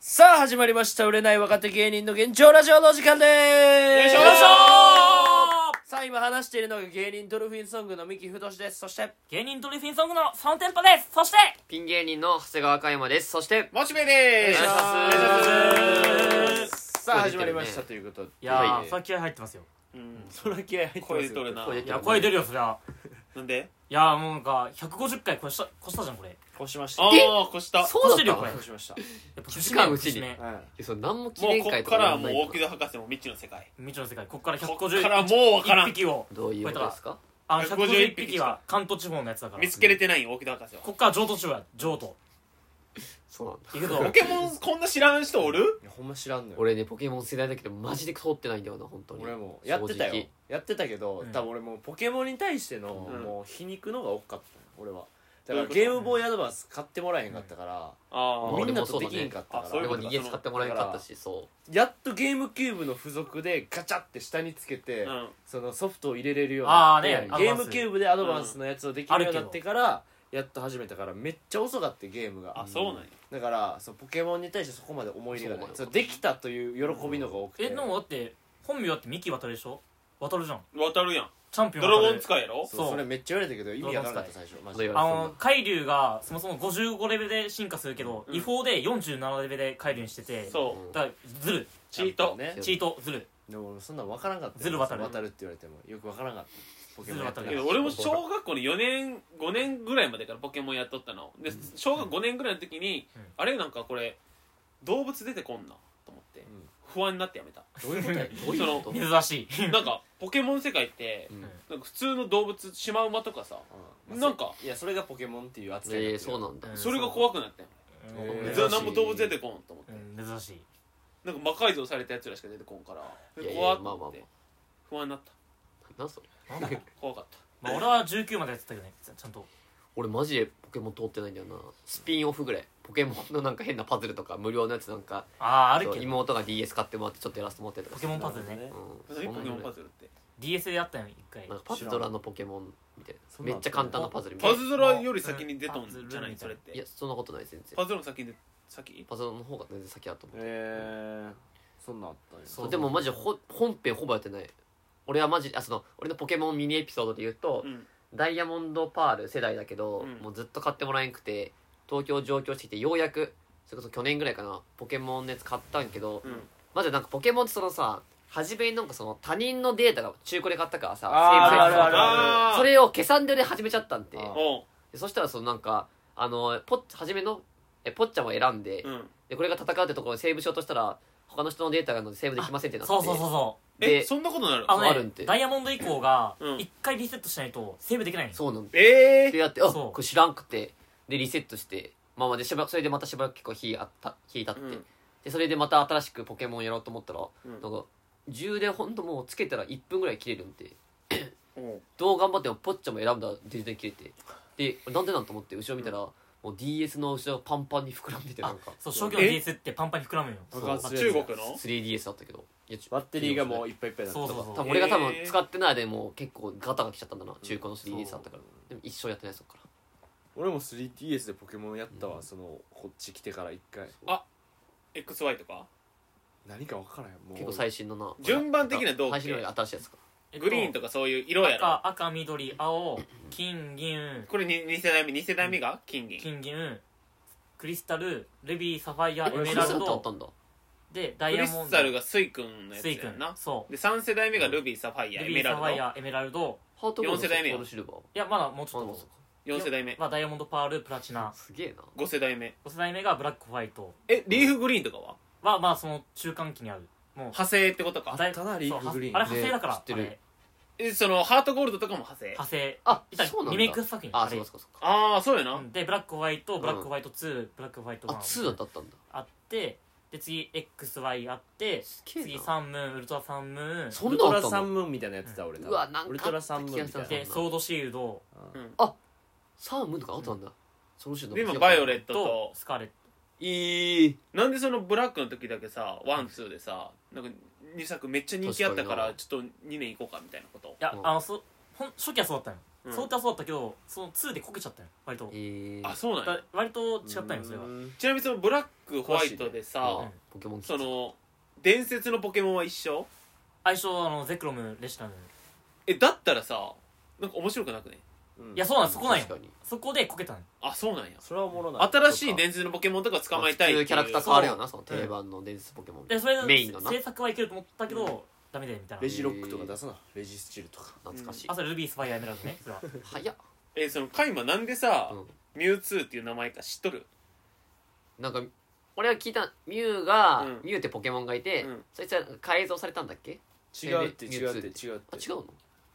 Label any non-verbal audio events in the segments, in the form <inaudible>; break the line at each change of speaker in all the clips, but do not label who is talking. さあ始まりました売れない若手芸人の現状ラジオのお時間でーす
よいしょよいしょ
さあ今話しているのが芸人ドルフィンソングの三木太志ですそして
芸人ドルフィンソングのその店舗ですそして
ピン芸人の長谷川嘉山です。そして、
モチベで
お
す
願いします
さあ始まりましたということで
い
や
やー、
はい
さっき入ってますよ
そら気合入ってま
声
す
取るな。
声
いや声出るよそりゃ
なんで
いやーもうなんか150回越した越したじゃんこれ
押しました
ああ、越した。も
越してるよこれや
も
っ
押しました
ぱ
時間うちに
節目節
はい
それ何も記
う
念
こ
会
っ
と
か
から
は
やん
も
な
う
い
大木戸博士も未知の世界。
目未知の世界こっから
こっからもうわから
151
ん。
匹を
どういうことですか
あ
151
151匹は関東地方のやつだから
見つけれてない大木戸博士は。
こっから譲渡しようや譲渡
そうなん
行
だ。
く
ポ
ぞ
ケモンこんな知らん人おる
いやほんま知らんのよ
俺ね、ポケモン世代だけど、マジで通ってないんだよな、本当に。
俺もやってたよ
正直
やってたけど、
うん
多分俺もうポケモンに対しての、
うん
もう皮肉のが多かったの俺はだ
ど
から
ういうこと
ゲームボーイアドバンス買ってもらえへんかったから、
あ
ー
みんなとできんかった
あ
か
そう
ら、
いう
で
こ
も
とか
家使ってもらえなかったし、そ
やっとゲームキューブの付属でガチャって下につけて、
うん。
そのソフトを入れれるようになって
あーね
ゲー
アドバン
ム
ス
キューブでアドバンスのやつをでき
あ
る
る
よう
け
に
ど
なってから、やっと始めたからめっちゃ遅かったゲームが
あ、そうなんや。
だからそのポケモンに対してそこまで思い入れがない
そう
そうできたという喜びのが多くて、
えでもだって本名だってミキ渡るでしょ渡るじゃん
渡るやん。
チャンピオン
ド
渡る
ラゴン使いやろ
そう
そう
それめっちゃ言われたけど意味わからなかった最初マジで
どう
あの海流がそもそも55レベルで進化するけど、
うん
違法で47レベルで海流にしてて
う。
そう。
だからずる
チート。
ね
チートずる
でも俺そんなん分からんかったよ
ズル渡る
渡るって言われてもよく分からんかったポケモンやって
ズ
た
ル
けど俺も小学校の4年5年ぐらいまでからポケモンやっとったので小学5年ぐらいの時に、
うん
あれなんかこれ動物出てこんなと思って、
ん
不安になってやめた
どういうことや
<laughs> どういうこと
珍しい
なんかポケモン世界って
うん
なんか普通の動物シマウマとかさ
うん
なんか
いやそれがポケモンっていう扱いにな
え
っ
ー、
てる
そうなんだ
う。ん
それが怖くなったよ、
うん
珍しい
ずっと何も動物出てこんと思って、
うん珍しい
なんか魔改造されたやつらしか出てこんから
いやいや
怖っと
ま
思っ
あまあ
て
ま
不安になった
なんそれ
なんだろう
怖かった
まあ俺は19までやってたけどねちゃんと
俺マジでポケモン通ってないんだよな。スピンオフぐらい。ポケモンのなんか変なパズルとか、無料のやつなんか、
ああある
そ
け
う
ど
妹が DS 買ってもらってちょっとやらせてもらってとか
ポケモンパズルね
うん
何
そん
ポ
な
ケモ
の
ン
ね
パズルって
DS でやったよ一回
なんかパズドラのポケモンみたい
そ
なん
な
め
ん
っちゃ簡単なパズルみたい
パ
な
ズドラより先に出とんじゃな
うん
いそれっ
いや
て
そんなことない全然
パズドラも先に出先
パズドラの方が全然先だと思う
えー、そんなんあったんや
そう
でもマジでほ本編ほぼやってない俺はマジあその俺のポケモンミニエピソードで言うと、
うん
ダイヤモンドパール世代だけど、
うん
もうずっと買ってもらえんくて東京上京してきてようやくそれこそ去年ぐらいかなポケモンのやつ買ったんけど、
うん
まずなんかポケモンってそのさ初めになんかその他人のデータが中古で買ったからさ
あー
セーブされてた
あるあるある
からそれを計算でで始めちゃったんて
あー
おう
でそしたらそのなんかあのポッ初めのえポッチャマを選んで,、
うん
でこれが戦うってところをセーブしようとしたら他の人のデータがあるのでセーブできませんってなって
そうそうそうそ
え
で
そんなことになる
うあの
あるん
ね
て
ダイヤモンド以降が
うん
一回リセットしないとセーブできないの
そうなんだ
え
でやってあ
そう
これ知らんくてでリセットしてまあまあでしばそれでまたしばらく結構日あった日経って、
うん
でそれでまた新しくポケモンやろうと思ったら、
うん
なんか充電ほんともうつけたら1分ぐらい切れるんで
お
どう頑張ってもポッチャも選んだら全然切れてでなんでなんと思って後ろ見たら、もう DS の後ろがパンパンに膨らんでてな
あ
んか
そう初期の DS ってパンパンに膨らむよ
そう
爆
発する
中国の
3DS だったけどいやちょ
バッテリーがもういっぱいいっぱいだった
そうそう
多
そう
分俺が多
へ
分
ー
使ってないでもう結構ガタが来ちゃったんだな中古の
そう
3DS だったから、でも一生やってないそっから
俺も 3DS でポケモンやったわ、そのこっち来てから一回
XY とか
何か分からへんもう
結構最新のな
順番的にはどう
最新のより新しいやつか
グリーン
と
とかそういう色やろ
赤赤緑青金銀
これに2世代目2世代目が金銀
金銀クリスタルルビーサファイアエ
ク
メ
リス
ラ
タル
ル
ってあっ
ド
たんだ
でダ
ク
イヤ
リ
モン
ス
ド
タルがスイ君のやつ
スイ
やん
君
な
そう
で3世代目がルビーサファイアエ
ルビ
メ
ーサ
ラ
ファ
ル
イ
ド
アエメラルド
ハートゴール
四
ド
世代目よ
ソウルシルバー
いやまだもうちょっ
あ
と
そうか
4世代目
まあ、ダイヤモンドパールプラチナ
すげえな
5世代目
5世代目がブラックホワイト
えリーフグリーンとかは
はまあその中間期にあるもう
派生ってことか
だい
ただリーフグリーン
そうはあれ派生だから、
ね知ってる
あれ
えそのハートゴールドとかも派生
派生
あ
いた
そうなんだ
リメイク作品
あ
れ
そうかそうかそうか
ああそうや
う
なん
でブラックホワイトブラッ
う
ク
ん
ホワイト2ブラックホワイト
あ
1
2だったんだ
あってで次 XY あって
すげえな
次サンムーンウルトラサンムーン
そ
ウ
ん
ル
な
ト
んあ
ラ
った
サ
の
ンムーンみたいなやつだ俺
うわなん
だ
か
ウルトラサンムーンみたい
あった気が
です
る
ソードシールド
な
サームとかあったんだソウルシルバ
で
ー
今バイオ
ン
レット
と
と
スカーレット
いい
なんでそのブラックの時だけさワンツーでさなんか2作めっちゃ人気あったか
確かに
ら
な
ちょっと2年行こうかみたいなこと
いや、
うん
あのそほん初期はそうだったの
うん
そうってはそうだったけどその2でこけちゃったよ割と
えー、
あそうなんや
だ割と違ったんよそれは
うん
ちなみにそのブラックホワイトでさ、
うん
ポケモン
その伝説のポケモンは一緒
相性あのゼクロムレシタム
えだったらさなんか面白くなくね
うん
いやそうなんそこなんよ
確かに
そこでこけたんよ
あそうなんや
それはおもろない
新しい伝説のポケモンとか捕まえたいって
普
いう
通キャラクター変わるよなその定番の伝説ポケモン
でそれ
メインのな
制作はいけると思ったけど、
う
ダメだよみたい
レ
な
ジロックとか出すなレジスチルとか
懐かしい
あそれルビースパイアエメラルドねそれは
早っ
えそのカイマなんでさ、
うん
ミュウツーっていう名前か知っとる
なんか俺は聞いたミュウが
うん
ミュウってポケモンがいて
うん
そいつは改造されたんだっけ
違うって
ミ
違
ュウ
う
ツ
っ
ー
て違うっ
あ
て
違うの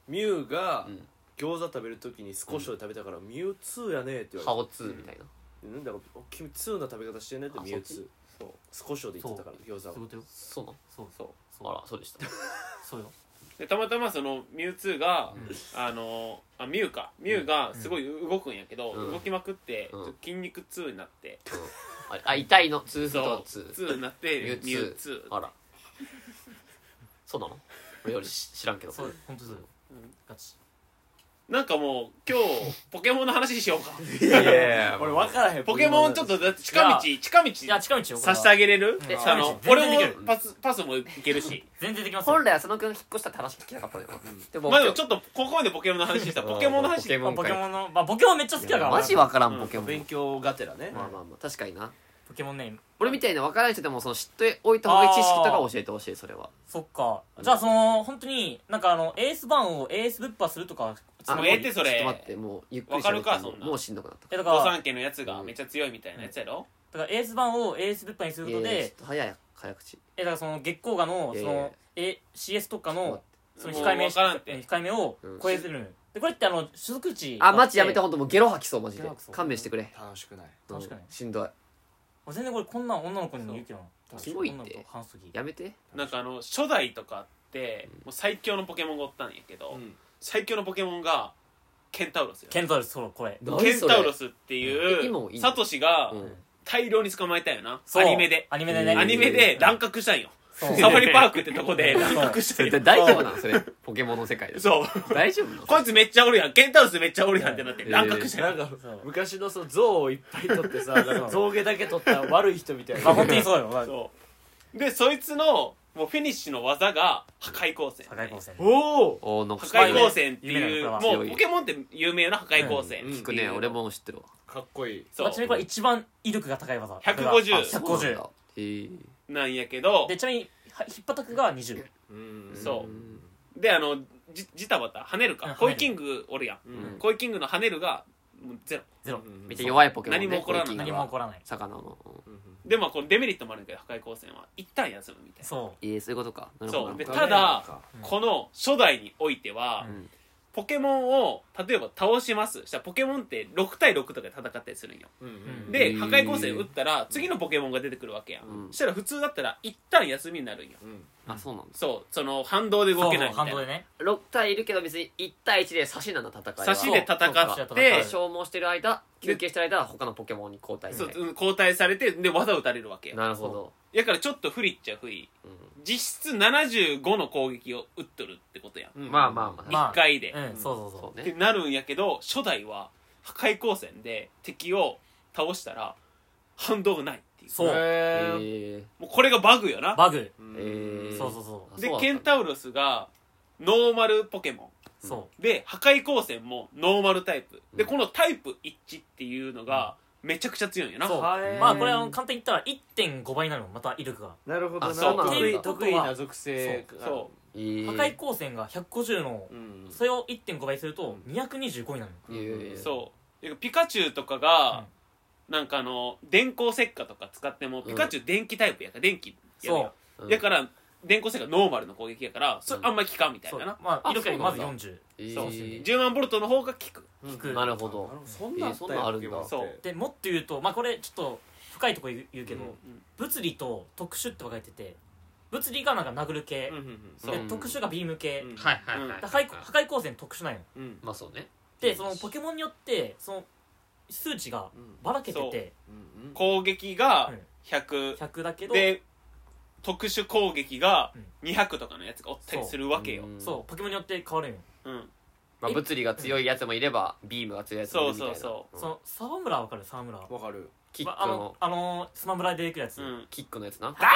ミュウが
うん
餃子食べるときに少しで食べたからミュウツーやねって言
ハ
わ
オツーみたいな
れてなんだか君ツーな食べ方してんねって
あ
ミュウツ
そう
ー少しで言ってたから餃
そうい
子
う
を
ことよ
そうなの
そう
そう
そう
あらそうでした
そうよ
でたまたまそのミュウツーが、
うん
あのあミュウかミュウがすごい動くんやけど、
うん
動きまくって、
うん
ちょっと筋肉痛になって、
ああ痛いのツーフッ
そ
トツ
う
ー
痛になって
ミュウツー
ミュウツー
あらそうなの俺より知知らんけど
そう本当そうよ、
うん
ガチ
なんかもう今日ポケモンの話しよ
<laughs>
うか
い <laughs> や
俺分からへん
ポケモンちょっとだって近道
い
近
いや
道
近道よ
させてあげれる
うん
であの
近道
俺
全然で
も
きる
パスパスもいけるし
全然できますよ
本来は佐野くんが引っ越したって話聞きたかったよでも
まあでもちょっとここまでポケモンの話したポケモンの
ポ
話
ケモン
ポケ
界
モンの、まあ、ポケモンめっちゃ好きだから
マジわから
うん
んポケモン
勉強がてらね
まあまあまあ確かにな
ポケモンね
俺みたいな分からない人でもその知っておいた方がいい知識とか教えてほしいそれは
そっかじゃあその本当になんかあのエース版をエースぶっ破するとか
あ
もうええってそ
ちょっ
れ
と待ってもうゆっくり喋
わかるか
っても
そんな
もうしんどくなった
えだか
御
らだ
三家のやつがめっちゃ強いみたいなやつやろ
からエース版をエースぶっ破にすること
いやいやちょ
で
っと早い早口
えだからその月光河の
い
そ
やいやいや
のえ CS とか
も
の
う
その控えめ
もう分からんって
控えめを
うん
超えてるのよでこれってあの所属値が
あ
って
マジやめてほんともうゲロ吐きそうマジで
ゲロ吐きそう
勘弁してくれ
楽しくない
うん
確かに
しんどい
俺全然これこんなん女の子にも言うけどな
すごいって
女の子半ぎ
やめて
なんかあの初代とかってもう最強のポケモンがおったんやけど、
うん
最強のポケモンがケンタウロスよ
ケンタウルスそうこれ
何それ
ケンタウロスって
え
い
今もいいうの
サトシが
うん
大量に捕まえたよな、
そう
アニメで
アニメで
えー
ね
アニメで乱獲したんよ
そう
サファリパークってとこで乱獲したん
絶
よ
対大丈夫なのそれポケモンの世界で
そう
大丈夫なの
こいつめっちゃおるやんケンタウロスめっちゃおるやんってなって
えー
乱獲したん
な
よ
んか
そう
昔のその象をいっぱい取ってさなんか象牙だけ取った悪い人みたい
まあ
な
本当にそうよまあ
そうでそいつのもうフィニッシュの技が破壊光線
高い光線
<laughs> おお
おーなんか
破
強
壊
い
光線って
夢
いう
だ
夢だ
もうポケモンって有名よな破壊光線、
うんうん
聞くね俺も知ってるわ
かっこいい
そ
まあちなみにこ
う
れ一番威力が高い技
150
あ
そうなん
150
だへー
なんやけど
でちなみには引っ張ったくが20
うん
そ
ん
であのじジタバタ跳ねる
うん
か
跳ねる
コイキングおるやん
うん
コイキングの跳ねるがもうゼロ
ゼロ
うん
めっちゃ弱いポケモンね
何も起こらない
コイキン
何
グは
も起こらない
魚のうん
うん
でまあこのデメリットもあるんだけど破壊光線は一旦休むみたいな
そ
えーそういうことかなるほ
そ
ど
うで
な
ただ
うん
この初代においては、
うん
ポケモンを例えば倒しますしたらポケモンって6対6とかで戦ったりするんよ
うんうん
へ
で
ー
破壊光線打ったら次のポケモンが出てくるわけやん、
うん
したら普通だったら一旦休みになるんよ
うん
あそうなんだ
そうその反動で
う
動
そう
けないみた
反
い
動で
な
ね
6体いるけど別に1対1で差しなんだ戦いは
差しで戦
そう
っ
そ
て
う差し
そう
で
消耗してる間休憩してる間は他のポケモンに交代
そう
して
うん交代されてで技を打たれるわけよ
なるほど
やからちょっと不利っちゃ不利
う
実質75の攻撃を打っとるってことやん
うん
んまあまあまあ
まあ
1回で、
う
っ
んそうそうそ
そう
て
ね
なるんやけど初代は破壊光線で敵を倒したら反動がないっていう
そう
へー
え
もうこれがバグよな
うバグ
うん
えー
そうそうそ
で
そうだったんだ
ケンタウロスがノーマルポケモ
うそ
ンで破壊光線もノーマルタイプで
うん
このタイプ一致っていうのがめちゃくちゃ強いんよ
う
な
そう
はい
まあこれあの簡単に言ったら1.5倍になるのまた威力が
なるほどな
あそうなんだ
得意得意な属性が
そ
破
破壊光線が150の
うん
それを1.5倍すると225になる
いやいやいや
そうでピカチュウとかが、なんかあの電光石火とか使ってもピカチュウ電気タイプやから電気やるやん
の
うん
だから電光石火ノーマルの攻撃やからそれ
うん
あんまり効かんみた
そう
い
そう
なな、
まあ
あ
威力よりまず
そうな
40
えー
そう
え
10万ボルトの方が効く
聞
く
なるほど
そんなんあった
えーそんなんあるんだ
ポケモンって
そう
でもっと言うとまあこれちょっと深いとこ言う言うけ
けど、う
ど
ん
物理と特殊って分かれてて物理がなんか殴る系
うんうん
そう
で特殊がビーム系
うん
はいはいはい
破壊破壊光線特殊なんよ
うん
まあそうね
でそのポケモンによってその数値が
うん
ばらけてて
うんうん
攻撃が
うん
100、
100だけど
で特殊攻撃が200とかのやつがおったりするわけよ、
そうポケモンによって変わるんよ
うん
まあ、
え
物理が強いやつもいればビームが強いやつもい
そ
る
う
みたい
そ
な
うそ
その沢村わかる沢村
わかる
キッ
ま
ク
あ
の、
のあのスマブラで出てくるやつ、
ううん
キックのやつな
あーいや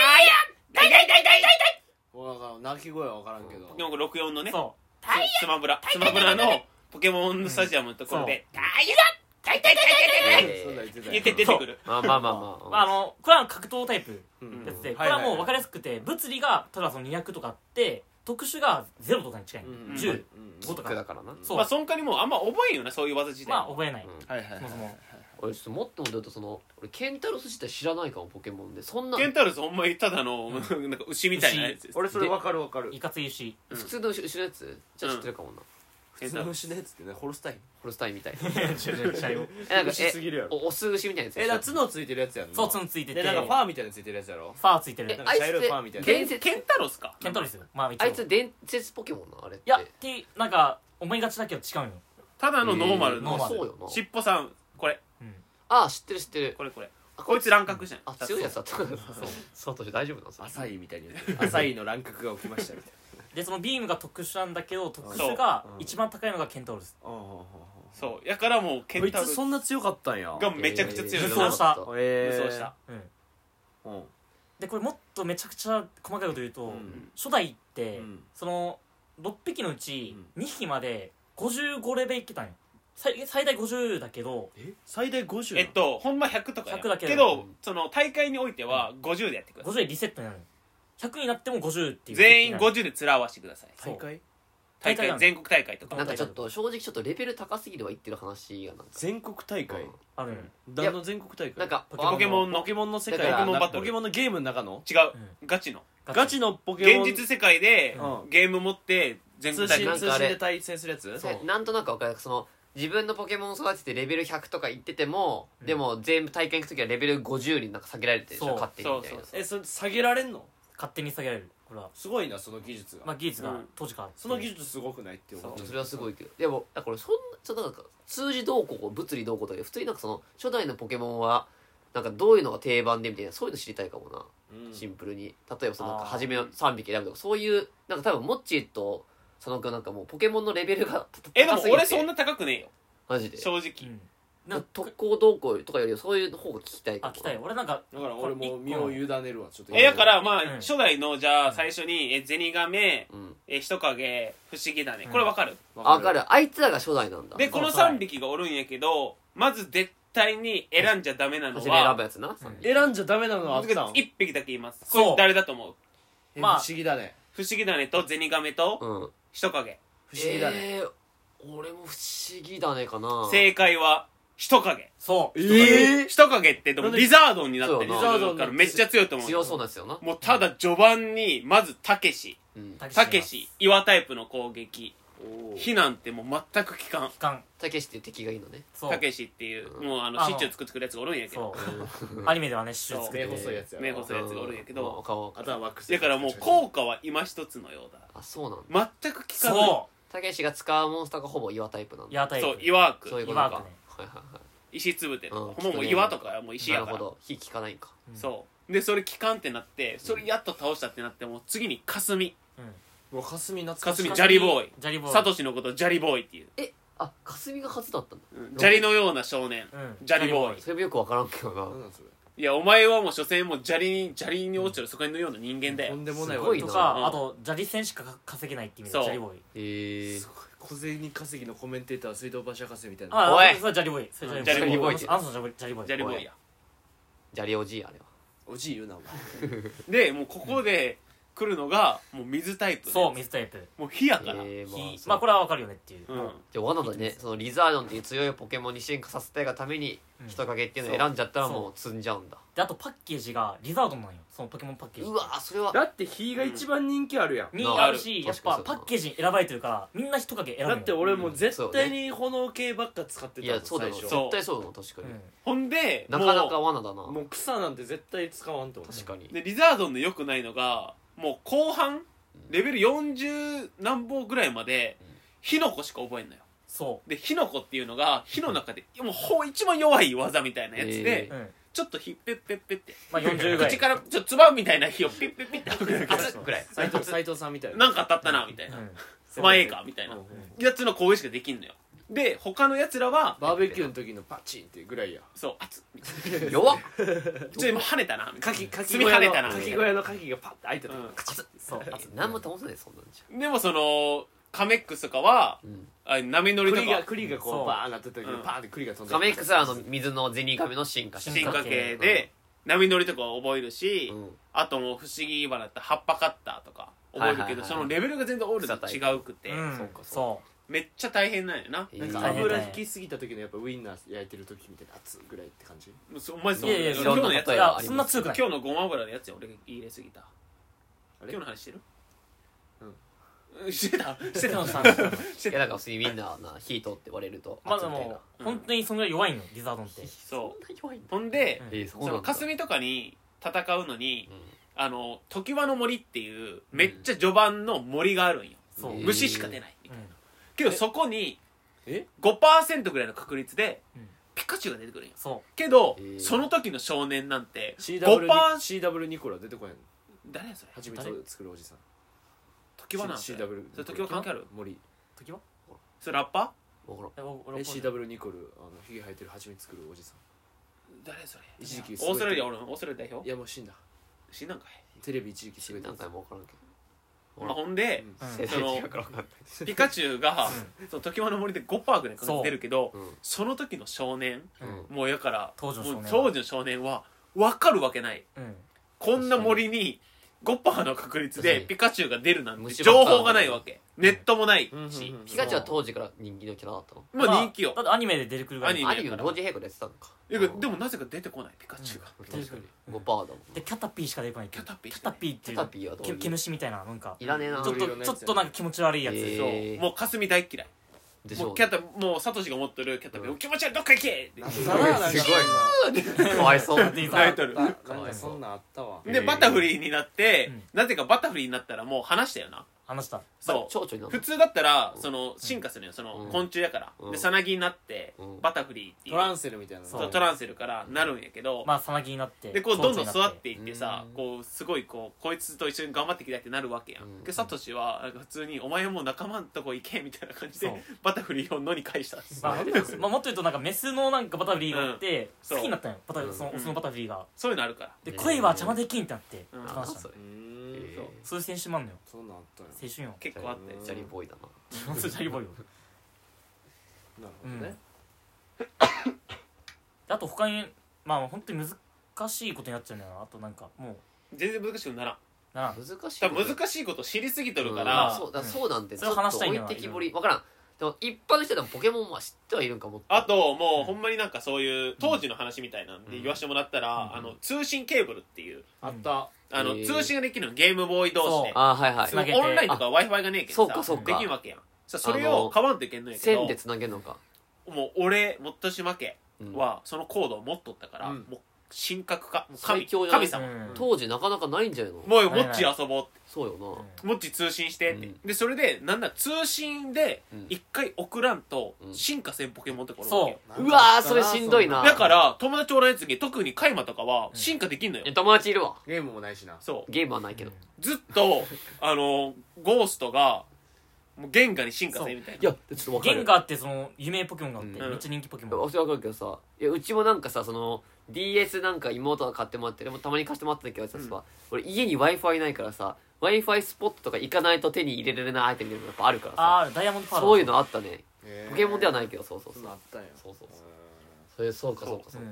痛い痛い痛い痛い
俺だから鳴き声はわからんけど
でも64のね
そ
スマブラスマブラのポケモンスタジアムのところで「
うん
ダイヤだ痛い痛い痛い痛い痛い!」
えー
そんなん言ってた
言って出てくる
まあまあまあ
う、まあ、
ま
あのこれは格闘タイプ
うん
やつで、
うん
これはもう分か
い
りやすくて物理が例えばその200とかあって特殊が0とかに近い、
はいうん
10
うん
あキックだからな
そう
まあそんかにもうあんま覚えんよなそういう技自体
まあ覚えない、
うん
はいはい
そもそも
俺ちょっともっともだとその俺ケンタロス自体知らないかもポケモンでそんな
ケンタウルスほんまにただの <laughs> なんか牛みたいなやつです
俺それわかるわかる
いかついし
<laughs>
うん
普通の牛のやつじゃあ知ってるかもな、
普通の牛のやつってねホルスタイン
ホルスタインみたいなえなんか
牛す
え
ぎるやろ
おオス牛みたいなやつ
えだから角ついてるやつやんな
そうツンついてて
でなんかファーみたいなのついてるやつやろ
ファーついて
え
る
なん
あ
か
い
茶色いファーみた
つ
いな
伝
ケ
説
ンタロスか
ケントリスまあ一応
あいつ伝説ポケモンなのあれって
いやっていうなんか思いがちだけど違うよ、
ただのノーマル
えー
の
ノーマル
そうよな
尻尾さんこれ
うん、
ああ知ってる知ってる
これこれ
あ
こいつ乱獲じゃん
あ強いやつだったそう佐藤氏大丈夫なんですか
浅いみたいに言ってる浅いの乱獲が起きましたみたい
でそのビームが特殊なんだけど特殊が
そううん
一番高いのがケントウルス
な
そうやからもうケ
こ
ン
い
タウ
つ
ルス
そんな強かったんや
がめちゃくちゃ強い
武装した
え
武装した
うん
うん
でこれもっとめちゃくちゃ細かいこと言うと、
うん
初代って、
うん
その6匹のうち2匹まで55レベルいけたんよ最最大50だけど
え最大50な
えっとほんま100とかや
100だけ
け
ど
どその大会においては50でやってくださ
50でリセットになるの100になっても50って
い
いう
全員50で面合わせてください
そう
大会
大
大会
会
なの
全国大会と
な
か
んかちょっと正直ちょっとレベル高すぎでは言ってる話がなんか
全国大会
うん
あるのよ
誰の全国大会
なんか
ポ
ポケモ
あ
ン
の
の
ポケモンの世
だ
界ポ
から
ケモンバトル
ポ
ポ
ケ
ケモンのゲームの中の
違うガチの
ガチのポケモ
現
ン
実世界で
うん
ゲーム持って全
通
国大
信
会
なん
通
かあ
信
れ
で対戦するやつ
そう
えなんとなく分かるその自分のポケモンを育ててレベル100とか言ってても、
うん
でも全部大会行く時はレベル50になんか下げられてるでし
そう
ょ勝手にみたいな
そうそう
えそれ下げられんの
勝手に下げられるこれは、
すごいなその技術
まあ、
が
技術が
うん
当時からあって
その技術すごくないって思
そううそれはすごいけどでもだからそんなちょっとなんか数字どうこう物理どうこうとか普通になんかその初代のポケモンはなんかどういうのが定番でみたいなそういうの知りたいかもな、
うん
シンプルに例えばそのなんか
あー
初めの3匹選ぶとかそういうなんか多分モッチーと佐野くんなんかもうポケモンのレベルが高すぎて
えでも俺そんな高くねえよ
マジで
正
う
直
んな
なんん
か
か特攻どうこうとかよりそういう方が聞きたいか
あ
も
来たよ俺なんか
だから俺もう身を委ねるわちょっと
えだからまあ
うん
初代のじゃあ最初にえゼニガメ
うん
え人影不思議だね
うん
これわかる
あわかるあいつらが初代なんだ
でこの3匹がおるんやけどまず絶対に選んじゃダメなの
初め選ぶ
は
やつな、
うん
選んじゃダメなのあったん
1匹だけいます
そう
これ誰だと思う
え
まあ
不思議だね
不思議だねとゼニガメと
うん、
人影
不思議だね
えー俺も不思議だねかな
正解は人影
そう
ええ
人影ってでもリザードンになったり
そう
す
や
な
るからめっちゃ強いと思う
強そうなんですよな、
もうただ序盤にまずたけし
うん、
た
たけし岩タイプの攻撃
おー
避難ってもう全く効かん
期間
たけしって敵がいいのね
そう
たけしっていう
うん
もうあの
あの
シチュー作ってくるやつがおるんやけど
そうアニメではねシュー
そう
作
目
る
細いやつやろ
目細いやつがおるんやけど
うんまあ顔
あとはワックス
だからもう効果は今一つのようだ
あそうなんだ
全く効かない
そ
たけしが使うモンスターがほぼ岩タイプなん
う
だ
ヤータイプ
そう岩ク
そういうこと
岩
か
枠ね
はいはいは
石つぶて
うん
ほんまもう岩とかはもう
い
石
な
や
る
か
ほ
ら
ど火効かないんか
そうでそれ効かんってなってそれやっと倒したってなってもう次に霞
うん
もう霞懐かしい
霞砂利ボーイ
砂利ボーイ
サトシのことをジャリボーイっていう
えあ霞が初だったんだ
うん砂利のような少年
うん
砂利ボーイ
それもよくわからんけど
何
な
なんそれ
いやお前はもう所詮もう砂利に砂利に落ちてる疎開のような人間だ
と
よ
んでもない
すごい
と
な
う
か
ん
あと砂利戦しか稼げないって意味で
そう
砂利ボーイ
へえ
すごい小銭稼ぎのコメンテーター水道橋博士みたいな
あ
おい
あそれは砂利ボーイそれ
砂利
ボーイ
あの人砂利ボーイ
砂利ボーイや
砂利おじいあれは
おじい言うなお前
でもうここで来るのがもう水タイプ
そう水タイプ
もう火やから
えーまあ
火
そう
まあこれはわかるよねっていう
うん
じゃあ罠だねそのリザードンっていう強いポケモンに進化させたいがために
うん
人影っていうのを選んじゃったら
そう
もう積んじゃうんだ
であとパッケージがリザードンなんよそのポケモンパッケージ
うわそれは
だって火が一番人気あるやん
に
な
あるし
あ
や
る
っ
確か
ぱ
にそう
パ
だ
ッケージに選ばれてるからみんな人影選ぶ
だ
の
って俺もう絶対に炎系ばっか使って
い
たも
や
ん
そうだ
最初
よ絶
そう
対そうだな確かに
ほんで
なかなか
も
罠だな
もう草なんて絶対使わんと思う
確か
う
に
でリザードンの良くないのがもう後半レベル40何本ぐらいまで
うん
火の粉しか覚えんのよ
そ
で火の粉っていうのが火の中でもうほう一番弱い技みたいなやつで、
え
ううん
ちょっと火ペッペッペッって
まあ40ぐらい
口からちょっ
<laughs>
とつばみたいな火をピッピッピッって吐くだけ
ぐらい
斉藤斉藤さんみたいな
なんか当たったなみたいな、
うん
お前ええかみたいなやつの行為しかできんのよで他のやつらは
バーベキューの時のパチンっていうぐらいや
そうあつみたいな
弱っ
ちょ今跳ねたなみたいな
か
き小屋の
か
か
き
き
小
小
屋のカキがパッて開いてた、
うん
そう
あと何も倒せないそんなんじ
でもそのカメックスとかは
ゃ
あ
ん
波乗りと
栗が
か
栗がこ
そうう
バーンなってた時
うん
パーンって栗が飛んで
カメックスはあの水のゼニガメの進化
進化系
進化系
で波乗りとか覚えるし、
うん
あともう不思議花って葉っぱカッターとか覚えるけど、
はいはいはい
そのレベルが全然オールドと違うくて、
うん
そうか
そ
めっちゃ大変なんよな、
なんか油引きすぎた時のやっぱウインナー焼いてる時みたいな熱ぐらいって感じ
もうそお前そう
いやいや
今
い
日
ろんな
のやつ
うい
例え
や
ば
やそんな強く
今
ない
日のごま油のやつや俺が入れすぎた
あ
今
れ
日の話してるうんしてたして
して
た
ました
して
い
た
やなんか普通にみんなな火通って割れると
まあ
熱
で
みたいな
も本当にそんぐらい弱いのリザードンって
そう
そんな弱いんだ
ほんで、
うん
えーそう
そ
な
の
んだ
霞とかに戦うのに、
うん
あの常盤の森っていうめっちゃ序盤の森があるんよ、
そう
うん
虫しか出ない、
うん
けどそこに
え
5%ぐらいの確率で
うん
ピカチュウが出てくるんよ
そ
けど、
えー
その時の少年なんて
CW,
5%
に CW ニコラ出てこないの
誰やそれ
蜂蜜を作るおじさん
時盤なんそれ
CW
それ時盤関係ある
森
う時は
それラッパ
わからん
えお
え
俺
CW ニコルあのヒゲ生えてる蜂蜜作るおじさ
誰やそれ
ん一時期すごい
オーストラリアおるんオーストラリア代
い
表
やもう死んだ
死んだんか
テレビ一時期すごい
何回もわからんけ
い、
うん
まあ、ほんで、
うん
うん
ど
その
世代違うからわかんない
ピカチュウがその時盤の森で5%ぐらい確率出るけど
うん
その時の少年
うん
もうやから
当時の
も
少年は
う当時の少年は分かるわけない
うん
こんな森に5%の確率
確か
で
に
ピカチュウが出るなんて
虫
情
ばっか
報がないわけネットもない
うん
し
うんうんうん
ピカチュウは当時から人気のキャラだったの
まあ人気よ
だってアニメで出てくるぐら
アニ
い
メ
アニメの同時並行でやってたのか
いやでもなぜか出てこないピカチュウが
出てくる
5%だもん
でキャタピーしか出てこない
キャタピー
キャタピーってい
キャタ
う
ピーはどうい
毛
う
毛主みたいななんか
いらねえな
ちょっとちょっとなんか気持ち悪いやつ、
えへ
そ
ー
うもう霞大っ嫌い
でし
も
ょ
うキャタもうサトシが持ってるキャタピー
うん
気持ち悪いどっか行けっ
<laughs>
て
す
ごいすごい <laughs> かわいそう
でい
泣いとる
なんかそんなんあったわ
え
でバタフリーになって
うん
なぜかバタフリーになったらもう話したよな
話した
そう
蝶々にな
普
る
通だったらその進化するよその
うん
昆虫やから
うん
でさなぎになって
うん
バタフリーってい
トラ
う
ンセルみたいなの
そう
そうトランセルからなるんやけど
まあさなぎになって
でこうどんどん育って
い
いってさ
うん
こうすごいこうこいつと一緒に頑張ってきたいってなるわけや
うん
んでサトシはなんか普通に「お前もう仲間のとこ行け」みたいな感じ
そ
で
う
バタフリーを野に返したんです
まあ、まあもっと言うとなんかメスのなんかバタフリーがあって
うん
好きになったんよバタフリー
うん
そのオスのバタフリーが
そういうのあるから
で
うん
恋は邪魔できんってなって
うん
話
あ
したの
それ
うーん
えー
そういう青春もあんのよ
そんなんあったよ
青春よ
結構あったよ
ジャリボーイだな
そうジャリボーイよ
なるほどね
であと他にまあ本当に難しいことになっちゃうんだよなあとなんかもう
全然難しくならん
なあ
難しい
多分難しいこと知りすぎとるか
うん
ら
そうだそうなんで
それを話したいんだよ
置いてきぼりわからんでも一般の人でもポケモンは知ってはいるんかも
あともうほんまになんかそういう当時の話みたいなんで言わせてもらったら、
うん
あの通信ケーブルっていう
あった
あの
へー
通信ができるのゲームボーイ同士で
あはいはい
その
つなげて
オンラインとか w i f i がねえけど
そうかそうか
できんわけやんさそれ
あの
を買わんといけんのやけど
線でつなげるのか
もう俺もっとし負け
うん
はそのコードを持っとったから、
うん
もう神格化もう神
最強じゃない
神
う
様、
ん
当時なかなかないんじゃないの
もう
な
モ
い
ッチ遊ぼうって
そうよ
モッチ通信してって、
うん
でそれでなんだ通信で
うん
一回送らんと
うん
進化せんポケモンってこれ
そう
なうわーそれしんどいな
だから友達おらんやつに特にカイマとかは進化できんのよ、
え友達いるわ
ゲームもないしな
そう
ゲームはないけど
ずっとあのゴーストがもうゲンガに進化せみたい
い
な
やちょっとわか
ゲ
る
ンガーってその有名ポケモンがあって
うん
めっちゃ人気ポケモン
私わかるけどさいやうちもなんかさその DS なんか妹が買ってもらってでもたまに貸してもらってたけどさ、
うん
俺家に w i f i ないからさ w i f i スポットとか行かないと手に入れられないアイテムみたいなのやっぱあるからさ
ああダイヤモンドパール
そういうのあったね
へー
ポケモンではないけどそうそう
そ
そ
ん
う
なんあったんや
そうそうそう
う
それそうかそうか
う
そうか
んう
ん、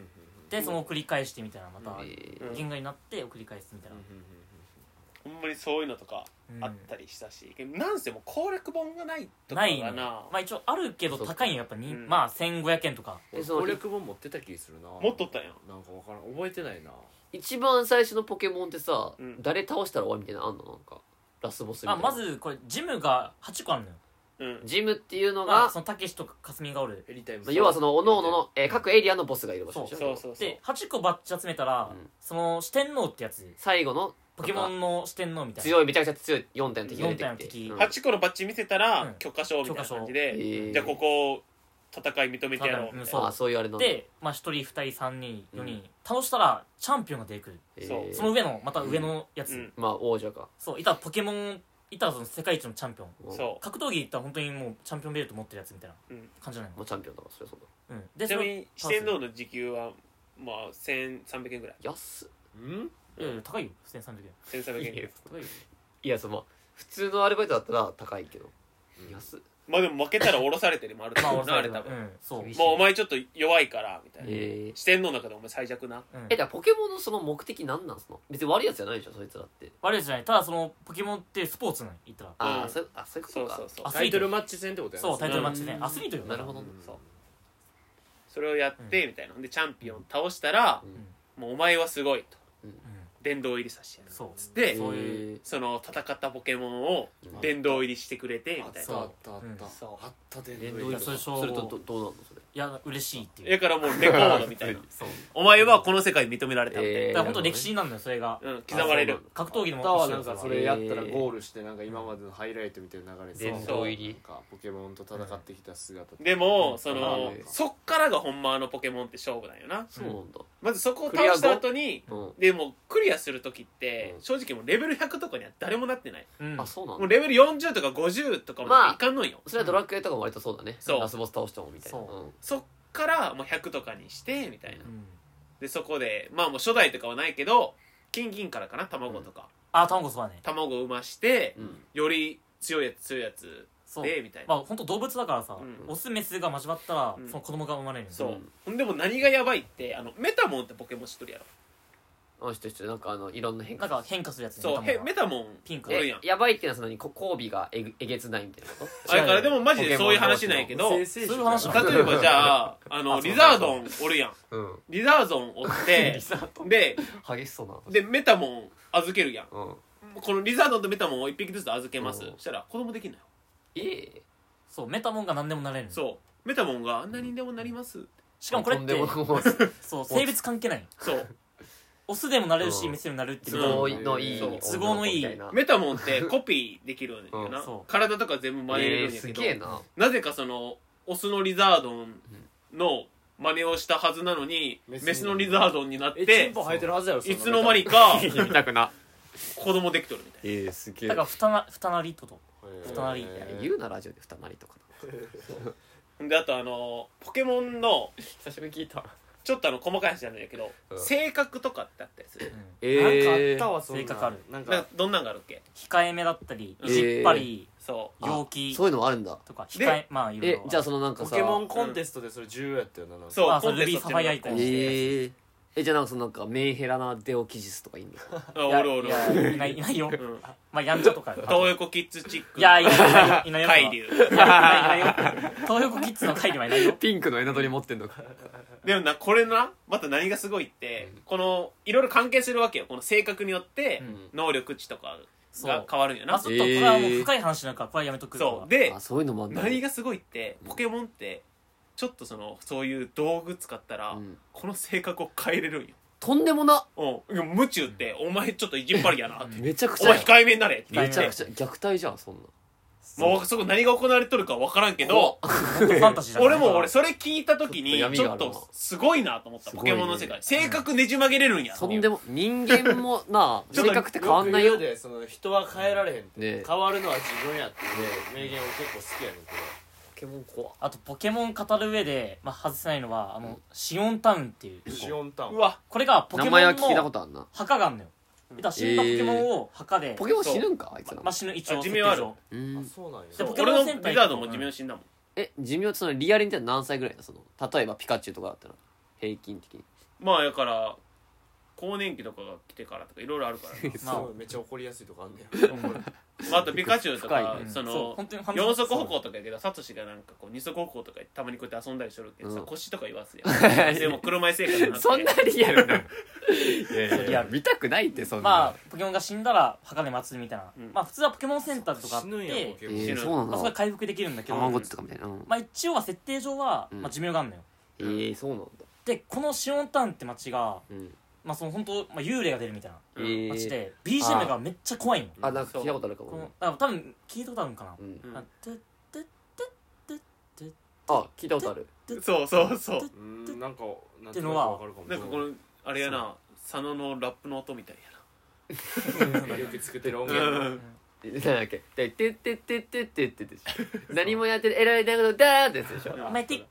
ん
でそのを繰り返してみたいなまた
えー
うん
ゲンガーになってを繰り返すみたい
うん
な
うんうん
ほんまにそういうのとか
うん
あったりしたし、けどなんせもう攻略本がないとか
ない
が
の
な
まあ一応あるけど高いんよやっぱに、
うん
まあ1500円とか
俺
えその
攻略本持ってた気するな
持っとったんやん
なんかわからん覚えてないな
一番最初のポケモンってさ、
うん
誰倒したら終わりみたいなのあんのなんかラスボスみた
あ
いな
まずこれジムが8個あるのよ、
うん
ジムっていうのが、
まあ、
ま
そのたけしとかかすみがおる
エリタイム
あ要はその各々の、えー各エリアのボスがいる場所でし
そ
ょ
うそうそう
で8個バッチ集めたら、
うん
その四天王ってやつ
最後の
ポケモンの四天王みたいな
強いめちゃくちゃ強い4体の敵が出
4
て
体の
きて
敵
うん
8個のバッジ見せた
う
ら
ん
許可証みたいな感じで、
えー
じゃあここ戦い認めてやろうみたいな
そう
あそういうあれなんだ
で、まあ、1人2人3人4人、倒したらチャンピオンが出てくる
えー
そう
その上のまた上のやつ、
うん
まあ王者か
そういたらポケモンいたらその世界一のチャンピオン
そ
格闘技行ったら本当にもうチャンピオンベルト持ってるやつみたいな
うん
感じなの
う、まあ、チャンピオンだからそれはそうだ
うん
う
で
ちなみに
そ
四
の
天王の時給はまあ1300円ぐらい
安っ
うん
いやいや高いよ普通に300円
<laughs> 1300円
いやいやその普通のアルバイトだったら高いけど
うん
安っ
まあでも負けたら降ろされてるもあると
まあ
思う
俺
なあれ多
された
分
う
もうん
そう
厳しい
お前ちょっと弱いからみたいな
えー
四天王の中でお前最弱な
うん
えだからポケモンのその目的何なんすの別に悪いやつじゃないでしょそいつらって
悪いやつじゃないただそのポケモンってスポーツなの言ったら
あ
う
あ
ん
そうあそういうこ
そ
と
う
か
そうそう
あ
タイトルマッチ戦ってことやな
そうタイトルマッチ
う
ね
ん
アスリートよ
なるほど
うん
そうそれをやってみたいなほんでチャンピオン倒したら
うん
もうお前はすごいと
うん
殿堂入りさせてやる
そう
つって
そういう
え
その戦ったポケモンを殿堂入りしてくれて
あ
みたい
った
な
あったあった
そう
あった
ー
で
殿堂入り
それ
それとどどうなんのそれ
いや嬉しいってい
だ
う
からもうレコードみた
<laughs>
いな
そう
お前はこの世界に認められたみたいな
だから本当歴史になるのよそれが
うん刻まれる
格闘技でも
は
一緒
な
よ
んかそ
れは
れやったらゴールしてなんか今までのハイライトみたいな流れで
殿
堂
入り
なんかポケモンと戦ってきた姿
でもそ
あ
の
ー
そっからがほんまあのポケモンって勝負なんよな
そうなんだ
まずそこを倒した後に
うん
でもうクリアする時って
うん
正直もうレベル100とかには誰もなってない
うん
あそうなん
もう
だ
レベル40とか50とか
まあ
もいかんのよ
それはドラクエとかも割とそうだね
そう
ラスボス倒してもみたいな
そうん
そっからもう100とかにしてみたいな
うん
でそこでまあもう初代とかはないけど金銀からかな卵とか
あタンゴスはね
卵を産まして
うん
より強いやつ強いやつ
そう
でみたい
ま
な
あ本当動物だからさ
うん
オスメスが交わったら
うん
その子供が生まれるのよ
そううんほんでも何がやばいってあのメタモンってポケモン知っとるやろ
あの人一緒なんかあのいろんな変
な
化
んか変化するやつね
そう
メ
へ
タモンは
メタモン
ピンク
お
の
る
え
やん
やばいってのはそのにこ交尾がえぐえげつないみたいなこ
<laughs> あれからでもマジでそういう話なんやけど
先
例
生
そういう話なの
えばじゃ
<laughs>
ああの
あそう
リザードンおるやん
とうん
リザードンお
<laughs>
ってで
激しそうな
でメタモン預けるやん
うん
このリザードンとメタモンを1匹ずつ預けます
うん
そしたら子供できんのよ
ええ
そうメタモンが何でもなれるのよ
そうメタモンがあんなにでもなります
しかもこれっ
とん
て
でもないもん
そう性別関係ない <laughs>
そう
オスでもなれるし
うん
メスでもなれるってい
都
う
合のいい
そう
都合のいい
女の子みた
メタモンってコピーできるんや
う
なん
そう
体とか全部真似
いな
れ
え
る
ー
んや
す
けど
げえな
なぜかそのオスのリザードンの真似をしたはずなのに
メスに
メスのリザードンになっ
えチン
て
ポ生えてるはずやろ
いつの間にか
見たくな
子供できとるみたいな
ええすげ
だからふたなふたなりってこと隣
言うなラジオで二回りとか
ほんであとあのポケモンの
久しぶりに聞いた
ちょっとあの細かい話なんだけど、
うん
性格とかってあったりする
うん
なんかあったわそんな
性格ある
なん
な
か
んかどんなんがあるっけ
控えめだったり
え
ー
引っ張り
そう
陽気
そういうのもあるんだ
とか控
で
えまあいろい
え
ろ
じゃあそのなんか
ポ
さ
ケモンコンテストでそれ重要やったよななんか
そう
あそ
コ
う
ンテスト
ルビーサファイア以降
っていうのがあって
えええじゃあなんかそのなんかメンヘラなデオキジスとかいいんだ
<laughs> あおるおる
いやいやいないいないよ
ん
まあやんちゃと
<laughs>
か
東横キッズチック
いやいないいないいないよ
海流
いないいないよ東横キッズの会ではいないよ
ピンクのエナドリ持ってんのか
でもなこれなまた何がすごいって、このいろいろ関係するわけよこの性格によって
うん
能力値とか
そう
が変わるんや
ま
な
あちょっとこれはもう深い話だからこれはやめとく
そう
で
で
あそういうのもあるんだ
何がすごいってポケモンってちょっとそのそういう道具使ったら、
うん
この性格を変えれるんよ
とんでもな
うんいや、夢中って、お前ちょっと意地っ張りやなって。
めちゃ
<laughs>
く
お
ちゃ
前控えめになれって言っ
めちゃ
て
く。ちゃ虐待じゃんそんな
もうそこ何が行われとるか分からんけど、
ファンタジーだ
俺も俺それ聞いた時に
ちょっと闇
ち
が
ょ
あ
っ
るな
とすごいなと思った
す
ポ
ごいね
ケモンの世界性格ねじ曲げれるんや
とんでも人間も <laughs> な
ちょっ
性
と
格って変わんないよ
く言うでその人は変えられへんって、
ね
変わるのは自分やっていう名言俺結構好きやねんけ
ポケモン怖
あとポケモン語る上で、まあ、外せないのはあのシオンタウンっていう
どシオンタウン
うわ
これがポケ
名
モン
前は聞いたこ
の
とあんな
墓があんのよだから死んだポケモンを墓で、
ポケモン死ぬんかあいつら
まあ、死ぬ一応
あ寿命ある
設定上
う
あ
ん
そうなんや
でポケ
俺
モン
の
戦隊
リザードンも寿命死んだもん
え寿命ってそのリアルに言ったら何歳ぐらいだその例えばピカチュウとかだったら平均的に
まあだから更年期とかが来てからとかいろいろあるか
<laughs>
らな
すごいめっちゃ怒りやすいとかあんねや
まああとピカチュウとか
深い
うん
そ
そう
の
本当に反
四足歩行とかやけどサトシがなんかこう二足歩行とかたまにこうやって遊んだりするけどさ
うん
腰とか言わすやんでも車椅子生活になって
<laughs> そんなリアルな
リアル
見たくないってそんな
まあポケモンが死んだら墓で祭るみたいな、
うん
まあ普通はポケモンセンターとかあっ
死ぬんや
て
ポケ
え
モン、
ー、そうなん
まあ、それが
だ
回復できるんだけ
た
ど、
まごっちとかみたいな、うん
まあ、一応は設定上は、
うん
まあ、寿命があるのよ
えー、そうなんだ、
でこのシオンタウンって街が、
うん
まあ、その本当、まあ、幽霊が出るみたいな
え
うん
街
ー、
で、BGM がめっちゃ怖いの
あなんか聞いたことあるか
この
も、
あ多分聞いたことあるんかな、
うん、
うん
あててててて
あ聞いたことある
て
そうそうそう
て
うーんなんかなん
っ
と
て
な
の
く
は
わかるかも
なんかこのあれやな佐野のラップの音みたいやな
よく作ってる音源
う
の
ん
なんだっけでてってってってってってって何もやって偉いだけどだーってやつでしょ
お前 TikTok 見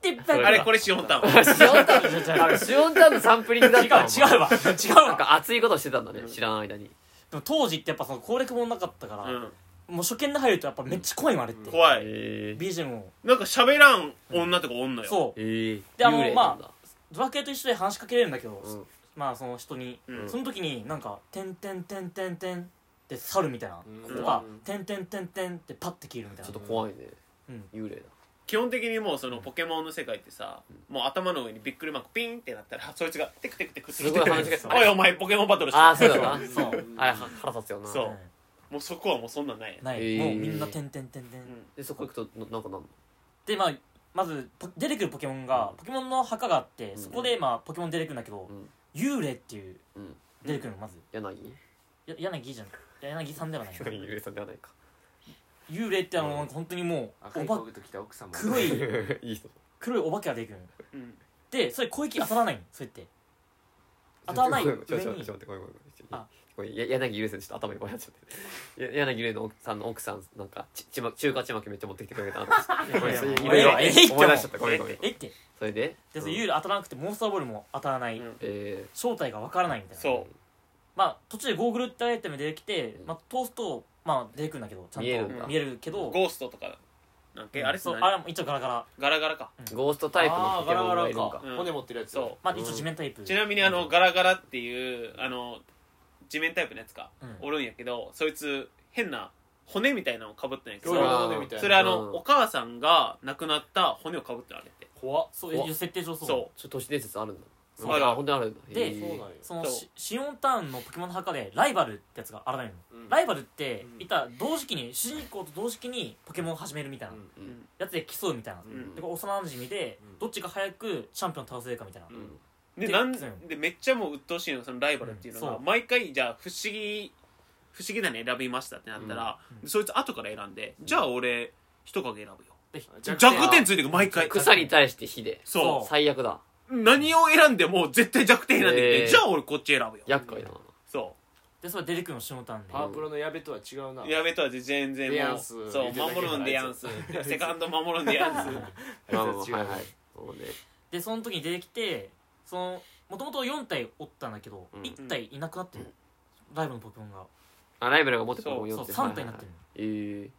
てばっか
あれこれシオンタウン
シオンタン
違う違う
あれシオンタンのサンプリングだっ
違う
た
違うわ違う
<laughs>
なん
わ
か熱いことしてたんだね知らん間に
でも当時ってやっぱその攻略もなかったから、
うん
もう初見で入るとやっぱめっちゃ怖いもんあれって、
怖い
え
BGM を
なんか喋らん女とかおんのよ
そう
え
であの
幽霊なんだ
ドラクエと一緒で話しかけれるんだけど、
うん
まあその人に、
うん
その時になんか「てんてんてんてんてん」って猿みたいな、
うん
とか「てんてんてんてん」ってパッて消えるみたい
ちょ
な
っと怖いね
うん
幽霊だ
基本的にもうそのポケモンの世界ってさもう頭の上にびっくりマークピンってなったらそいつがテクテクテクテクテ
すごい
ク
話が
おいお前ポケモンバトルして
ああそうだな
そう
あれは腹立つよな
そう
うん
もうそこはもうそんなんない
ない、
えー
もうみんな「てんてんてんてん」
うん
でそこ行くとななんかなんの
でまあまずポ出てくるポケモンが、ポケモンの墓があって、
うん
そこでまあポケモン出てくるんだけど、
うん
幽霊っていう
うん
出てくるのまず、
柳
や柳じゃん柳さんではない
柳幽霊さんではないか
幽霊ってあの、本当にもう
赤
お
い
ば
道具と来た奥様
黒い
いいぞ
黒いお化けが出てくるの
うん
でそれ小雪当たらないのそれって当たらない上に
ちょちょちょちょ待ってごめんごめん
あ
ごめんや柳ゆうさんちょっと頭いっぱいになっちゃってや柳ゆうのさんの奥さんなんかちちま中華ちまきめっちゃ持ってきてくれたなごめんそれい
いや
ろいろ
ええって
思い出しちゃったごめんごめん
えって
それで
でそ
うん
れ幽霊当たらなくてモンスターボールも当たらない、
うん
え
正体がわからないみたいな
そ
まあ途中でゴーグルってアイテム出てきて
うん、
まあ、通すとまあ出てくるんだけどちゃんと
見える
んだ
見えるけど、
うゴーストとかなんかあれっす
そう
ね
あれも一応ガラガラ、
ガラガラか
ーゴーストタイプのポケモンがいるん
あ
か
ー骨持ってるやつ
そ
まあ、一応地面タイプ、
うちなみにあのガラガラっていうあの地面タイプのやつか
うん
おるんやけどそいつ変な骨みたいなのかぶってないけど
恐竜の
あー
骨みたいな
それあの、
うん
お母さんが亡くなった骨をかぶってるあれって
怖っ
そういう設定上そ
そ
う
ちょっと都市伝説あるんだ
そう
あら本当にあるんだ
で
へー
そうなんや
その
そう
シシオンタウンのポケモンの墓でライバルってやつが現れるの、
うん
ライバルって
うん
いた同時期に主人公と同時期にポケモンを始めるみたいな
う
う、
うん
やつで競うみたいな、
うん
でこれ幼馴染で
うん
どっちが早くチャンピオン倒せるかみたいな、
んうん
で
で
なん
そう
でめっちゃもう鬱陶しいのそのライバルっていうのが、
うんそう
毎回じゃあ不思議不思議なの選びましたってなったら、
うん
でそいつ後から選んで、じゃあ俺人影選ぶよ
で
弱点
弱点ついてくる毎回
草に対して火で
そう
最悪だ
何を選んでも絶対弱点選んできて、
えー
じゃあ俺こっち選ぶよ
厄介だな
そ
でそれ出てくるのシオンタウンで
パワプロのやべとは違うな
うやめとは全然
デヤ
も
ン
う
ス
そ
言
う
うてたけど
守るんでやんす
あいつ
<laughs> セカンド守るんでやんす
あいつ
まあ
は
ま
違
あまあ
う
はいはいそうね
でその時に出てきてそのもともと4体おったんだけど、
うん
1体いなくなってる、ライブのポケモンが、
あライバルが持ってるポケモン
そ
4
う
って
3体になってる
えー
の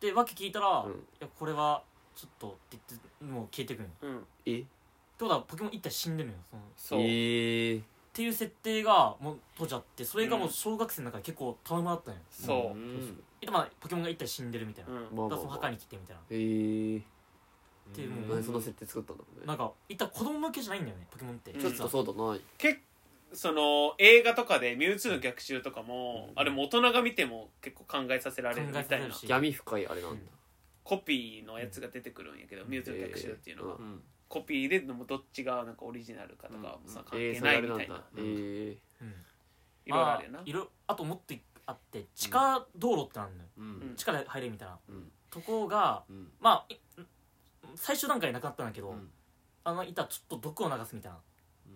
で訳聞いたら、
うん
いやこれはちょっとって言ってもう消えてくるのって
うん
え
ことはポケモン1体死んでるのよそのっ
そう、
えー
ていう設定がもう当時あってそれがもう小学生の中で結構トラウマだったのよ、
そううん
でまあポケモンが1体死んでるみたいな、
う
だか
ん
まあま
ら
あ
その
ま
墓
あ
に来てみたいな
えー
っていう
な
もう
んでその設定作ったんだろう
な
ね
んか一旦子供向けじゃないんだよねポケモンって
うん
ちょっとそうだな
結その映画とかで「ミュウツーの逆襲」とかも、
うん
あれも大人が見ても結構考えさせられるみ
考
た
えさせ
い
る
な
し
闇深いあれなんだ
コピーのやつが出てくるんやけど「ミュウツーの逆襲」っていうのが、
え
う
ー
ん
コピーでもどっちがなんかオリジナルかとか、
うん
さ関
えー
係
それ
な
あ
い
れ
み
な
た
んだ
いな、
えー
うん
いろいろあるよな、
まいろあともっとあって地下道路ってあるのよ、
うん
地下で入れみたいな
うん
ところが
うん
まあい最終段階なかったんだけど、
うん
あの板ちょっと毒を流すみたいな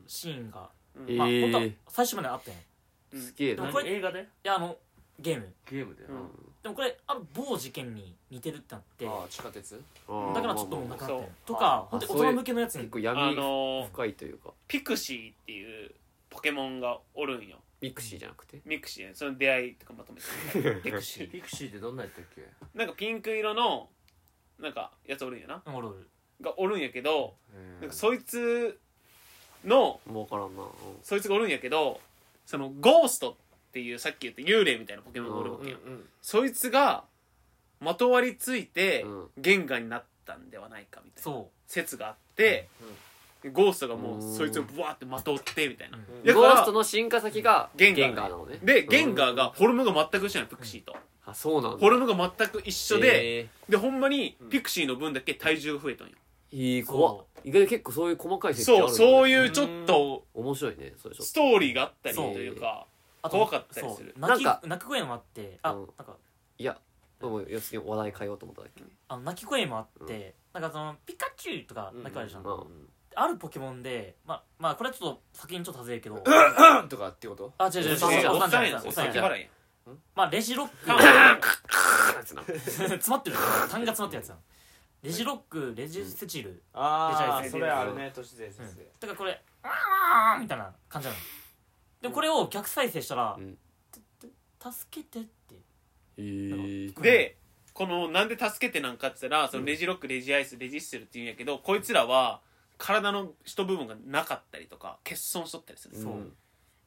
うん
シーンが、
うん
えー
まあ本当は最終まであったんやい
うん
すげえ
でも
な
これ
映画で
やあのゲーム
ゲームだよ
う
なん
でもこれある某事件に似てるってなって
ああ地下鉄
あー
だからちょっともうなくなったん
そ
や
う
と
あ
か
ー
本当に
そ
大
ういう
人向けのやつ
結
に
構
あ
闇
のー
深いというか
ピクシーっていうポケモンがおるんよ
ミクシーじゃなくて
ミクシーねその出会いとかまとめてピクシー
ピクシーってどんなやったっけ
なんかピンク色のなんかやつおるんやな
うん俺俺
がおるんやけど
うん
なんかそいつの
もうからんなうん
そいつがおるんやけどそのゴーストっていうさっき言った幽霊みたいなポケモンがおるわ
う
け
ん
よ、
うん
そいつがまとわりついて
うん
原画になったんではないかみたいな
そ
説があって、ゴーストがもう
うん
そいつをブワーってまとってみたいな、
う
うん
だか
ゴ
ら
ーストの進化先が
ゲ
ゲ
ン
ン
ガー
ガーなのね
でゲンガー
うん
がフォルムが全く一緒なんよピクシーと、
あそうなんだ
フォルムが全く一緒で、
え
でほんまに
うん
ピクシーの分だけ体重が増えたんよ、
ーいい
う
怖っ
そ
意外と結構そういう細かい設定ある
そうそう
う
いうちょっと
面白いねそれちょっ
ス
と
トーリーがあったりというか
あ
怖かったりする
そう泣き
なん
泣く声もあってあ、
うん
なんか
いやもう要するに話題変えようと思っただけ
あの泣き声もあって、なんかそのピカチュウとか
うん
鳴き声あるじゃん、
うん
あるポケモンでまあまあこれはちょっと作品ちょっと外れるけど、
とかってこと
あ違う違う違う
おっさん
おっさん
じゃ
や
なんい
そ
お
れ
っさん
先
じゃない
払いやん
まあレジロック
カーンってな
詰まってる単が詰まったやつなのレジロックレジスチル、
あ
出ちゃい
あ
そ
そうれあるね都市伝説で
だからこれ「あーみたいな感じなのでこれを逆再生したら
うん
「助けて」って
え
でこのなんで助けてなんかって言ったらそのレジロックレジアイスレジステルって言うんやけどこいつらは体の一部分がなかったりとか欠損しとったりする、
そうん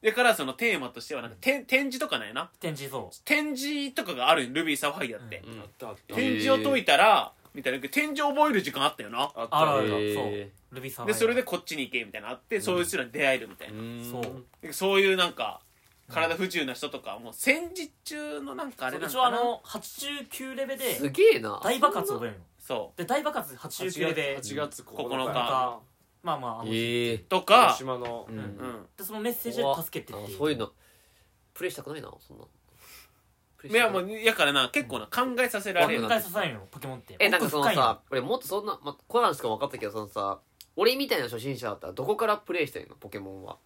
だからそのテーマとしてはなんかてん展示とかないな
展示そ
展示とかがあるんルビーサファイアって、
う
うん
あったあった
展示を解いたらみたいな展示を覚える時間あったよな
あっ
あらあら
た
へ
うルビーサワ
で
イ
それでこっちに行けみたいなのあって、そういう人らに出会えるみたいな、
ん
そう
でそういうなんか体不自由な人とかはもう戦時中のなんかあれなの
一応
か
あ
な
の89レベ
ーす
で
げえな
大爆発を覚えるの
そう
で大爆発
8
89レベ
月8月9日
9日
まあまああので
ええ
と
広
か、
島の
うん
うん、
そのメッセージで「助けて」って
あそういう
う
のプレイしたくないなそんなプレイ
い
した
や
くな
もうやからな結構な考えさせられ
一
る
回支えるのポケモンって
えなんかその
奥深い
さ俺もっとそんな、ま、コナンしか分かったけどそのさ俺みたいな初心者だったらどこからプレイしたらいいのポケモンは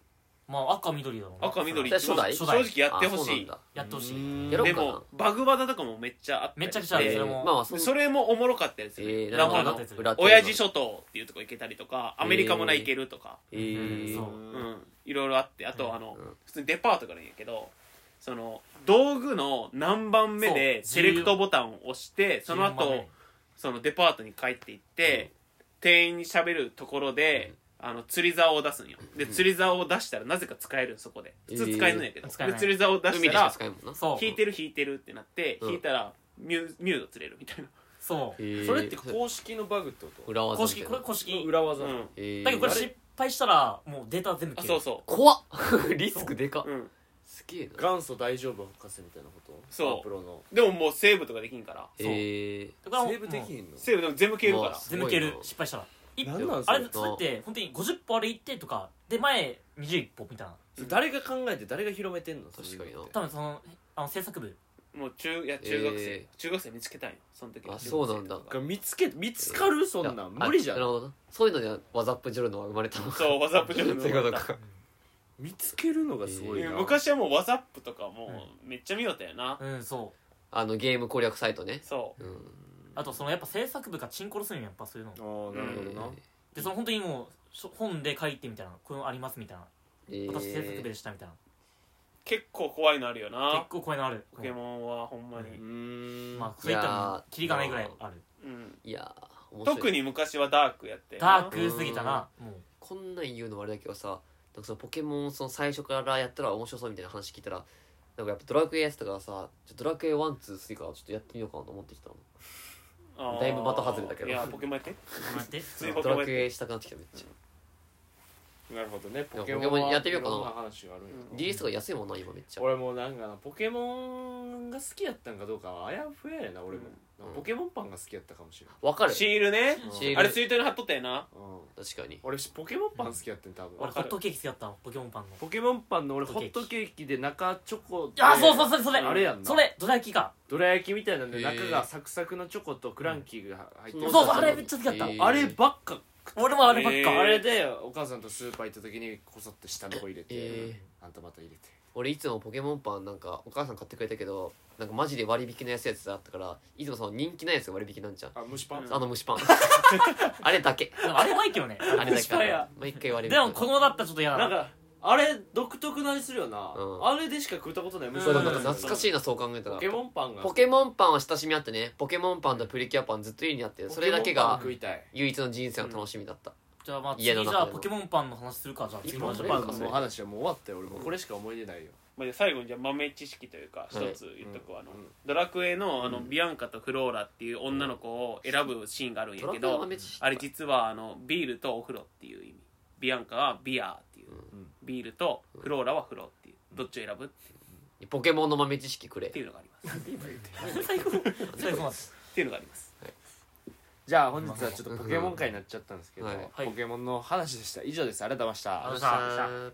まあ赤緑だろうな
赤緑
それ初代
正直やってほ
あそう
し
なん
い
だ
やってほしい
い
やろう
で
かな
もバグ技とかもめっちゃあったり
めちゃくちゃある
で
それも
まあまあそ
そ
ん
れもおもろかったりする、
えー
なんか
な
あ
ん
の
かあの
裏テーマ
親父諸島っていうとこ行けたりとかアメリカもな行けるとか、
えー
そう
うんいろいろあってあとあの、
うん
普通にデパートからいいんやけどその道具の何番目で
そ
セ
う
レクトボタンを押してその
順番
後
ね
そのデパートに帰って行って、店員に喋るところで、あの釣り竿を出すんよで釣り竿を出したらなぜか使えるんそこで普通使えるんやけど、
えー使えない
で釣り竿を出
海
し
でしたから使えんもんな
そう
引いてる引いてるってなって、
うん
引いたらミュミュード釣れるみたいな、
そう
へー
それって公式のバグってこと
裏技
公式これ
み
公式
裏技
うん
たいな
だけどこれ
えー
失敗したらもうデータ全部
あ
消え
そ
る
うそ
怖っ <laughs> リスクでかっ
う、うん、
すげえな
元祖大丈夫博士みたいなこと
そう
パワープロの
でももうセーブとかできんから
え
そう
ー
だからもう
セーブできへんの
セーブでも全部消えるから、
まあ
全部消え
すご
る
いな
失敗したら一
なんなんそ
あ
れ
れそれって本当に50歩あれ行ってとかで前21歩みたいな
それ誰が考えて誰が広めてんの
確
そ
かにな
ういうのって
多分そのあの制作部
もう中いや中学生、
え
中学生見つけたいのその時
あそうなんだ
中学生と
が
か
見つけ見つかるそんなん
あ
無理じゃ
なる
ん
ほどなそういうのでわざっぷじるのは生まれたの
そうワザップ上
そういう <laughs> ことか
見つけるのがすごいな
昔はもうワザップとかもうめっちゃ見よったよな、
うんそう
あのゲーム攻略サイトね
そう
うん
あとそのやっぱ制作部がチンコロするんよやっぱそういうの
ああなるほどな
でその本当にもうしょ本で書いてみたいなこういうのありますみたいな
えー
私制作部でしたみたいな
結構怖いのあるよな
結構こういうのある
ポケモンはほんま
う
に、
ーん
まあそういったらも
いや
う
ー
キリがないぐらいある
うん、
いやー面白い
特に昔はダークやって
ダークすぎたなもう
こんなん言うのもあれだけどさなんかそのポケモンその最初からやったら面白そうみたいな話聞いたらなんかやっぱドラクエやってたからさちょっとドラクエワンツースリーからちょっとやってみようかなと思ってきたの
あー
だいぶ的外れたけど
いやポケモンやって
待って
普通にポケ
ド
モンや
ラ
っ
ク
て
エしたくなってきためっち
なるほどね
や
ポケモン
ポケモ
は
ンやってみようかない
ろんな話があるんや
ゃ DS とか安いもんな今めっちゃ
俺もなんかなポケモンが好きやったんかどうかはあやふややな俺も、
ん
なんかポケモンパンが好きやったかもしれない、
わかる
シールね
うん
シール
あれツイートに貼っとったよな
うん、
確かに
俺ポケモンパン好きやってん多分
俺ホットケーキ好きだったわポケモンパンの
ポケモンパンの俺
ホッ
ホ
トケ
ッ
ーキ
トケーキで中チョコ
あそうそうそれそれ
あれやんな
それどら焼きか
どら焼きみたいなんで
へー
中がサクサクのチョコとクランキーが入って
そ
る
うそうあれめっちゃ好きだった
えー
あればっか
俺もあればっ
えー
か
あれでお母さんとスーパー行った時にこそっと下の子入れて、
え
あんたまた入れて
俺いつもポケモンパンなんかお母さん買ってくれたけどなんかマジで割引の安いやつだったからいつもその人気なやつが割引なんじゃん
あ蒸しパン、
うん
あの蒸しパンあれだけ
でもあれうまいけどね
あれだ
蒸しパン
け
や
毎回割引
でも子供だったらちょっと嫌だ
な
なん
かあれ独特な味するよな、
うん
あれでしか食ったことない蒸し
そ
パ
う
ン
で
な
も
んだ
なん
け
か
ど
懐かしいなそう考えたら
ポケモンパンが
ポケモンパンは親しみあってねポケモンパンとプリキュアパンずっと家にあってそれだけが
ポケモンパン食いたい
唯一の人生の楽しみだった、
じゃあまあ次
家
じ
の中で
ゃあ
も
ポケモンパンの話するかじゃあ次
ポ
も
ポケ
ケ
モ
モ
ン
ン
パ
パ
ン
ン
の
の話はもう終わったよ俺もうこれしか思い出ないよ
まあじゃあ最後にじゃあ豆知識というか一つ言っとくわあの、
うん
ドラクエのあのビアンカとフローラっていう女の子を選ぶシーンがあるんやけ
ドラクエ
ど、
はめっちゃ知ってた
あれ実はあのビールとお風呂っていう意味ビアンカはビアーっていう、
ん
ビールとフローラは風呂っていうどっちを選ぶっ
ポケモンの豆知識くれ
ていうのがありますっ
最後最後まで
ていうのがあります
じゃあ本日はちょっとポケモン会になっちゃったんですけど、
はい
はい
ポケモンの話でした以上ですありがとうございました
ありがとうございました
さあ